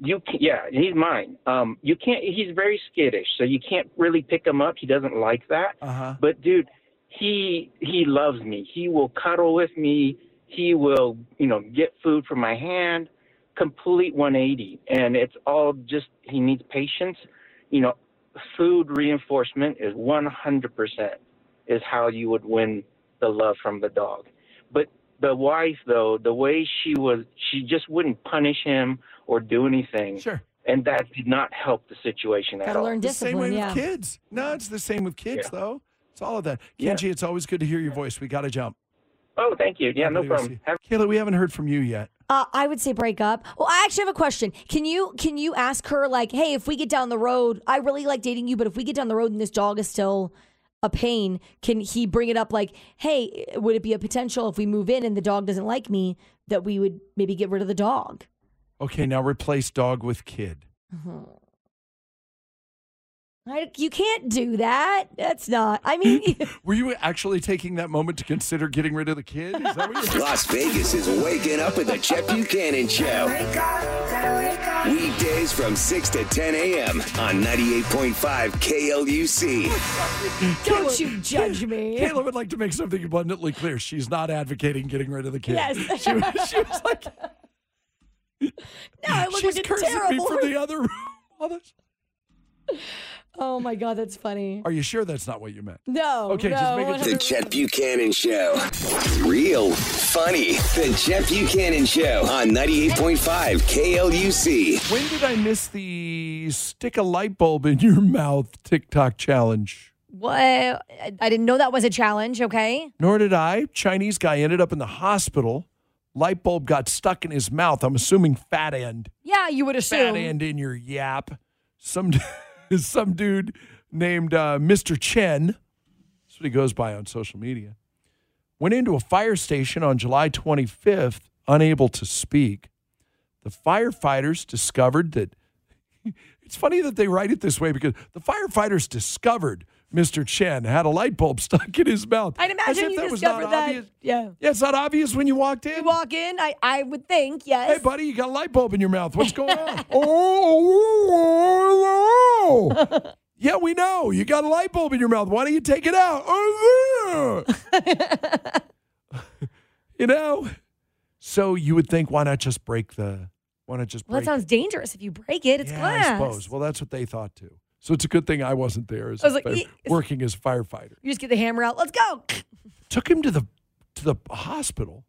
Speaker 15: you ca- yeah, he's mine. Um, you can't. He's very skittish, so you can't really pick him up. He doesn't like that.
Speaker 3: Uh-huh.
Speaker 15: But dude, he he loves me. He will cuddle with me. He will, you know, get food from my hand. Complete 180, and it's all just he needs patience. You know, food reinforcement is 100 percent is how you would win the love from the dog. But the wife, though, the way she was, she just wouldn't punish him or do anything.
Speaker 3: Sure.
Speaker 15: And that did not help the situation at all.
Speaker 3: The Same way with kids. No, it's the same with kids though. It's all of that.
Speaker 15: Yeah.
Speaker 3: Kenji, it's always good to hear your voice. We got to jump.
Speaker 15: Oh, thank you. Yeah, no
Speaker 3: Unbelievable.
Speaker 15: problem.
Speaker 3: Kayla, we haven't heard from you yet.
Speaker 2: Uh, I would say break up. Well, I actually have a question. Can you can you ask her like, hey, if we get down the road, I really like dating you, but if we get down the road and this dog is still a pain, can he bring it up like, hey, would it be a potential if we move in and the dog doesn't like me that we would maybe get rid of the dog?
Speaker 3: Okay, now replace dog with kid.
Speaker 2: I, you can't do that. That's not. I mean,
Speaker 3: Were you actually taking that moment to consider getting rid of the kid? Is that what you're
Speaker 1: Las Vegas is waking up with the Chet Buchanan Show. Weekdays from 6 to 10 a.m. on 98.5 KLUC.
Speaker 2: Don't you judge me.
Speaker 3: Kayla would like to make something abundantly clear. She's not advocating getting rid of the kid.
Speaker 2: yes.
Speaker 3: She was, she was like,
Speaker 2: no, I look
Speaker 3: she's
Speaker 2: like a
Speaker 3: cursing
Speaker 2: terrible.
Speaker 3: me from the other room. All this-
Speaker 2: Oh my god, that's funny.
Speaker 3: Are you sure that's not what you meant?
Speaker 2: No.
Speaker 3: Okay,
Speaker 2: no,
Speaker 3: just make it-
Speaker 1: The Chet Buchanan Show. Real funny. The Chet Buchanan Show on 98.5 KLUC.
Speaker 3: When did I miss the stick a light bulb in your mouth TikTok challenge?
Speaker 4: What? I I didn't know that was a challenge. Okay.
Speaker 3: Nor did I. Chinese guy ended up in the hospital. Light bulb got stuck in his mouth. I'm assuming fat end.
Speaker 4: Yeah, you would assume.
Speaker 3: Fat end in your yap. Some some dude named uh, Mr. Chen. That's what he goes by on social media. Went into a fire station on July 25th, unable to speak. The firefighters discovered that. It's funny that they write it this way because the firefighters discovered Mr. Chen had a light bulb stuck in his mouth.
Speaker 4: I'd
Speaker 3: As
Speaker 4: imagine
Speaker 3: if
Speaker 4: you
Speaker 3: that was
Speaker 4: discovered
Speaker 3: not
Speaker 4: that.
Speaker 3: obvious.
Speaker 2: Yeah.
Speaker 3: Yeah, it's not obvious when you walked in. You
Speaker 2: walk in, I, I would think, yes.
Speaker 3: Hey, buddy, you got a light bulb in your mouth. What's going on? oh, oh, oh, oh. yeah, we know. You got a light bulb in your mouth. Why don't you take it out? Oh, yeah. you know? So you would think, why not just break the, why not just break
Speaker 4: Well, that sounds dangerous if you break it. It's
Speaker 3: yeah,
Speaker 4: glass.
Speaker 3: I suppose. Well, that's what they thought too. So it's a good thing I wasn't there as
Speaker 4: I was
Speaker 3: a
Speaker 4: like,
Speaker 3: fire-
Speaker 4: "Ye-
Speaker 3: working as a firefighter.
Speaker 4: You just get the hammer out. Let's go.
Speaker 3: Took him to the to the hospital.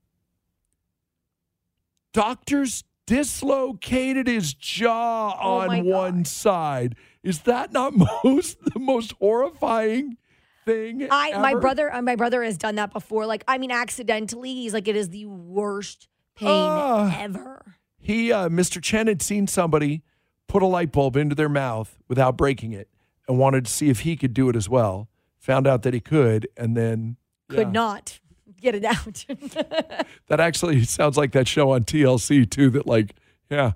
Speaker 3: Doctors dislocated his jaw
Speaker 4: Oh my
Speaker 3: on
Speaker 4: God.
Speaker 3: one side. Is that not most the most horrifying thing?
Speaker 4: I my
Speaker 3: ever?
Speaker 4: brother uh, my brother has done that before. Like I mean, accidentally, he's like it is the worst pain
Speaker 3: Ah.
Speaker 4: ever.
Speaker 3: He, uh, Mr. Chen, had seen somebody put a light bulb into their mouth without breaking it, and wanted to see if he could do it as well. Found out that he could, and then
Speaker 4: Could
Speaker 3: yeah.
Speaker 4: not get it out.
Speaker 3: That actually sounds like that show on TLC too. That like, yeah,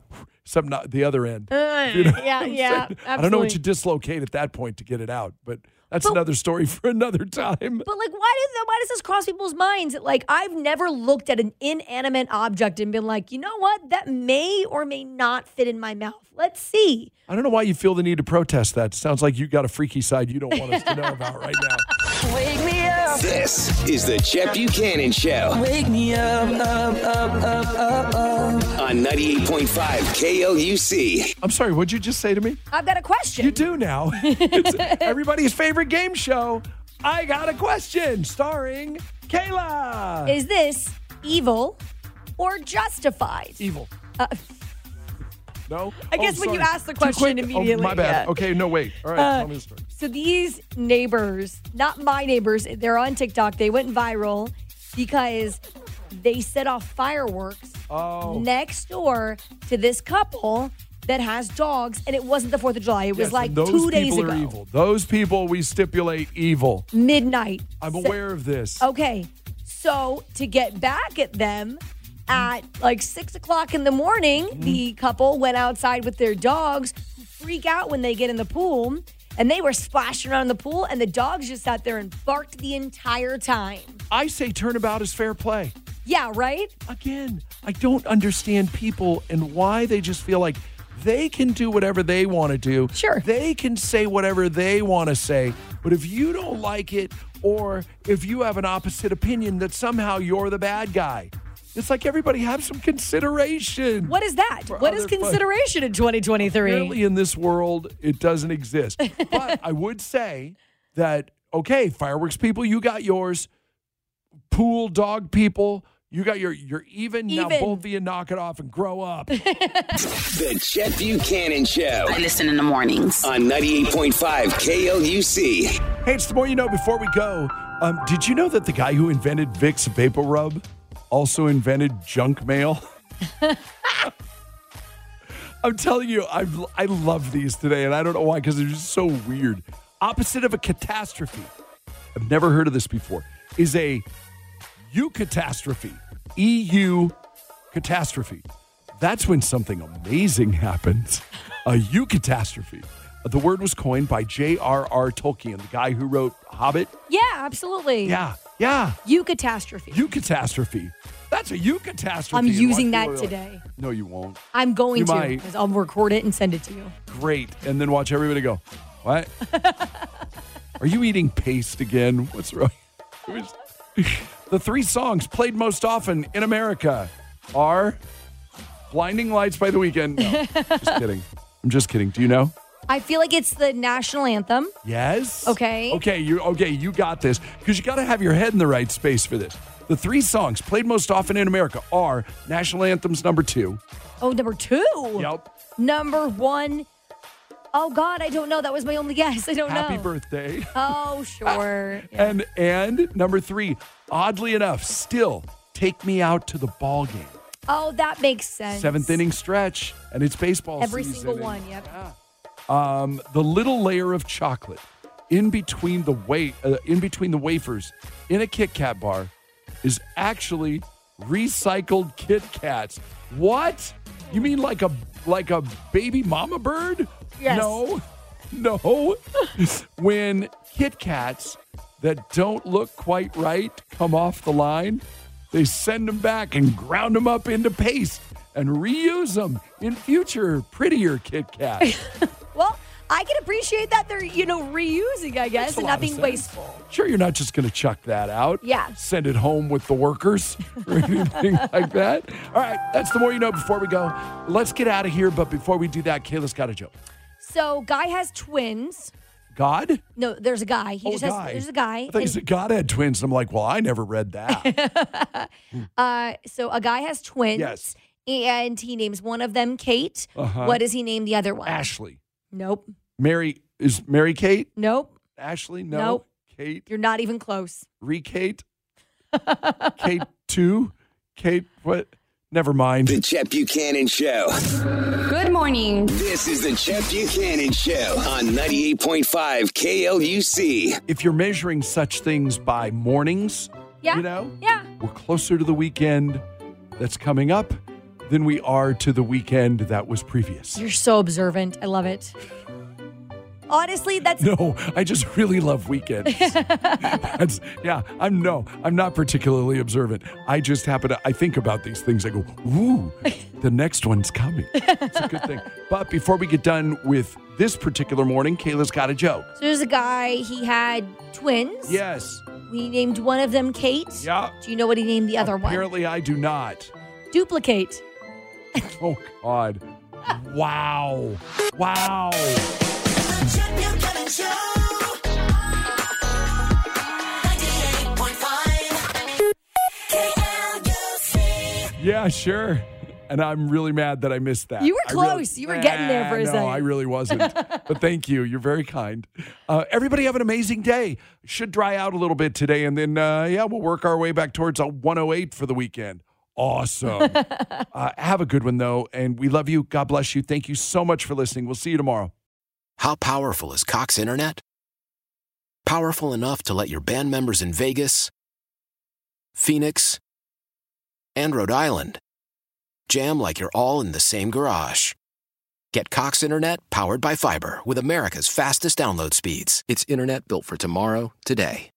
Speaker 3: some not the other end. You know what
Speaker 4: yeah,
Speaker 3: I'm
Speaker 4: yeah.
Speaker 3: saying? I don't know what
Speaker 4: absolutely.
Speaker 3: you dislocate at that point to get it out, but that's another story for another time.
Speaker 4: But like, why does that? Why does this cross people's minds? Like, I've never looked at an inanimate object and been like, you know what? That may or may not fit in my mouth. Let's see.
Speaker 3: I don't know why you feel the need to protest that. Sounds like you got a freaky side you don't want us to know about right now.
Speaker 5: Wake me up.
Speaker 1: This is the Chet Buchanan Show
Speaker 5: Wake me up, up, up, up, up, up.
Speaker 1: on 98.5 KLUC.
Speaker 3: I'm sorry, what'd you just say to me?
Speaker 4: I've got a question.
Speaker 3: You do now. It's everybody's favorite game show. I got a question starring Kayla.
Speaker 4: Is this evil or justified?
Speaker 3: Evil.
Speaker 4: Uh,
Speaker 3: no?
Speaker 4: I
Speaker 3: Oh,
Speaker 4: guess when you
Speaker 3: sorry.
Speaker 4: ask the
Speaker 3: Too
Speaker 4: question
Speaker 3: quick.
Speaker 4: immediately,
Speaker 3: Oh, my bad.
Speaker 4: yeah.
Speaker 3: Okay, no, wait. All right,
Speaker 4: Uh,
Speaker 3: tell me the story.
Speaker 4: So these neighbors, not my neighbors, they're on TikTok. They went viral because they set off fireworks
Speaker 3: Oh.
Speaker 4: next door to this couple that has dogs, and it wasn't the Fourth of July. It was
Speaker 3: Yes,
Speaker 4: like
Speaker 3: and those
Speaker 4: two days
Speaker 3: people
Speaker 4: ago,
Speaker 3: Are evil. Those people we stipulate evil.
Speaker 4: midnight.
Speaker 3: I'm
Speaker 4: So-
Speaker 3: aware of this.
Speaker 4: Okay, so to get back at them,
Speaker 2: at like six o'clock in the morning,
Speaker 3: Mm-hmm.
Speaker 2: the couple went outside with their dogs, who freak out when they get in the pool, and they were splashing around in the pool, and the dogs just sat there and barked the entire time.
Speaker 3: I say turnabout is fair play.
Speaker 2: Yeah, right?
Speaker 3: Again, I don't understand people and why they just feel like they can do whatever they want to do. Sure. They can say whatever they want to say. But if you don't like it, or if you have an opposite opinion, that somehow you're the bad guy. It's like everybody have some consideration.
Speaker 2: What is that? What is
Speaker 3: other fun.
Speaker 2: consideration in 2023?
Speaker 3: Apparently, in this world, it doesn't exist. But I would say that, okay, fireworks people, you got yours. Pool dog people, you got your, you're even. Now,
Speaker 1: Even.
Speaker 3: both of you knock it off and grow up.
Speaker 1: The Chet Buchanan Show.
Speaker 3: I
Speaker 1: listen in the mornings. On 98.5 KLUC.
Speaker 3: Hey, it's the more you know. Before we go, um, did you know that the guy who invented Vicks Vapor Rub also invented junk mail? I'm telling you, I I love these today, and I don't know why because they're just so weird. Opposite of a catastrophe. I've never heard of this before. Is a U catastrophe. EU catastrophe. That's when something amazing happens. A U catastrophe. The word was coined by J.R.R. Tolkien, the guy who wrote Hobbit.
Speaker 2: Yeah, absolutely.
Speaker 3: Yeah, yeah.
Speaker 2: You catastrophe.
Speaker 3: U catastrophe. That's a U catastrophe.
Speaker 2: I'm
Speaker 3: And
Speaker 2: using
Speaker 3: watch-
Speaker 2: that today.
Speaker 3: No, you won't.
Speaker 2: I'm going
Speaker 3: You
Speaker 2: to.
Speaker 3: might.
Speaker 2: 'cause I'll record it and send it to you.
Speaker 3: Great. And then watch everybody go, What? Are you eating paste again? What's wrong? It was- the three songs played most often in America are Blinding Lights by the Weekend. No, just kidding. I'm just kidding. Do you know?
Speaker 2: I feel like it's the national anthem.
Speaker 3: Yes.
Speaker 2: Okay.
Speaker 3: Okay, you okay, you got this. Because you gotta have your head in the right space for this. The three songs played most often in America are National Anthem's number two.
Speaker 2: Oh, number two.
Speaker 3: Yep.
Speaker 2: Number one. Oh God, I don't know. That was my only guess. I don't
Speaker 3: Happy Ah.
Speaker 2: know.
Speaker 3: birthday.
Speaker 2: Oh sure.
Speaker 3: And and number three, oddly enough, still take me out to the ball game.
Speaker 2: oh, that makes sense.
Speaker 3: Seventh inning stretch, and it's baseball
Speaker 2: Every
Speaker 3: season.
Speaker 2: single
Speaker 3: and-
Speaker 2: one. Yep.
Speaker 3: Um, the little layer of chocolate in between the wa- uh, in between the wafers in a Kit Kat bar is actually recycled Kit Kats. What? You mean like a like a baby mama bird?
Speaker 10: Yes.
Speaker 3: No. No. when Kit Kats that don't look quite right come off the line, they send them back and ground them up into paste and reuse them in future prettier Kit Kats.
Speaker 2: Well, I can appreciate that they're you know reusing, I guess,
Speaker 3: a
Speaker 2: and
Speaker 3: lot
Speaker 2: not
Speaker 3: of
Speaker 2: being
Speaker 3: sense.
Speaker 2: wasteful.
Speaker 3: Sure, you're not just going to chuck that out.
Speaker 2: Yeah.
Speaker 3: Send it home with the workers or anything like that. All right, that's the more you know before we go. Let's get out of here. But before we do that, Kayla's got a joke.
Speaker 2: So, guy has twins.
Speaker 3: God?
Speaker 2: No, there's a guy. He
Speaker 3: Oh,
Speaker 2: just
Speaker 3: guy.
Speaker 2: has. There's a guy.
Speaker 3: I thought you said God had twins. And I'm like, well, I never read that.
Speaker 2: Uh, so a guy has twins.
Speaker 3: Yes.
Speaker 2: And he names one of them Kate.
Speaker 3: Uh-huh.
Speaker 2: What does he name the other one?
Speaker 3: Ashley.
Speaker 2: Nope.
Speaker 3: Mary, is Mary Kate?
Speaker 2: Nope.
Speaker 3: Ashley? No.
Speaker 2: Nope.
Speaker 3: Kate?
Speaker 2: You're not even close.
Speaker 3: Re Kate? Kate 2? Kate, what? Never mind.
Speaker 1: The Chet Buchanan Show.
Speaker 8: Good morning.
Speaker 1: This is the Chet Buchanan Show on 98.5 KLUC.
Speaker 3: If you're measuring such things by mornings,
Speaker 2: Yeah.
Speaker 3: you know?
Speaker 2: Yeah.
Speaker 3: We're closer to the weekend that's coming up than we are to the weekend that was previous.
Speaker 2: You're so observant. I love it. Honestly, that's
Speaker 3: No, I just really love weekends. That's- yeah, I'm no, I'm not particularly observant. I just happen to I think about these things. I go, ooh, the next one's coming. It's a good thing. But before we get done with this particular morning, Kayla's got a joke.
Speaker 2: so there's a guy, he had twins.
Speaker 3: Yes.
Speaker 2: We named one of them Kate.
Speaker 3: Yeah.
Speaker 2: Do you know what he named the other
Speaker 3: Apparently I do not.
Speaker 2: one? Duplicate.
Speaker 3: Oh God. Wow. Wow. Yeah, sure. And I'm really mad that I missed that.
Speaker 2: You were
Speaker 3: I really-
Speaker 2: close. You were getting there for a
Speaker 3: Nah,
Speaker 2: second.
Speaker 3: No, I really wasn't. but thank you. You're very kind. Uh, everybody have an amazing day. Should dry out a little bit today, and then uh, yeah, we'll work our way back towards a 108 for the weekend. Awesome. uh, have a good one though, and we love you. God bless you. Thank you so much for listening. We'll see you tomorrow.
Speaker 16: How powerful is Cox Internet? Powerful enough to let your band members in Vegas, Phoenix, and Rhode Island. Jam like you're all in the same garage. Get Cox Internet powered by fiber with America's fastest download speeds. It's internet built for tomorrow, today.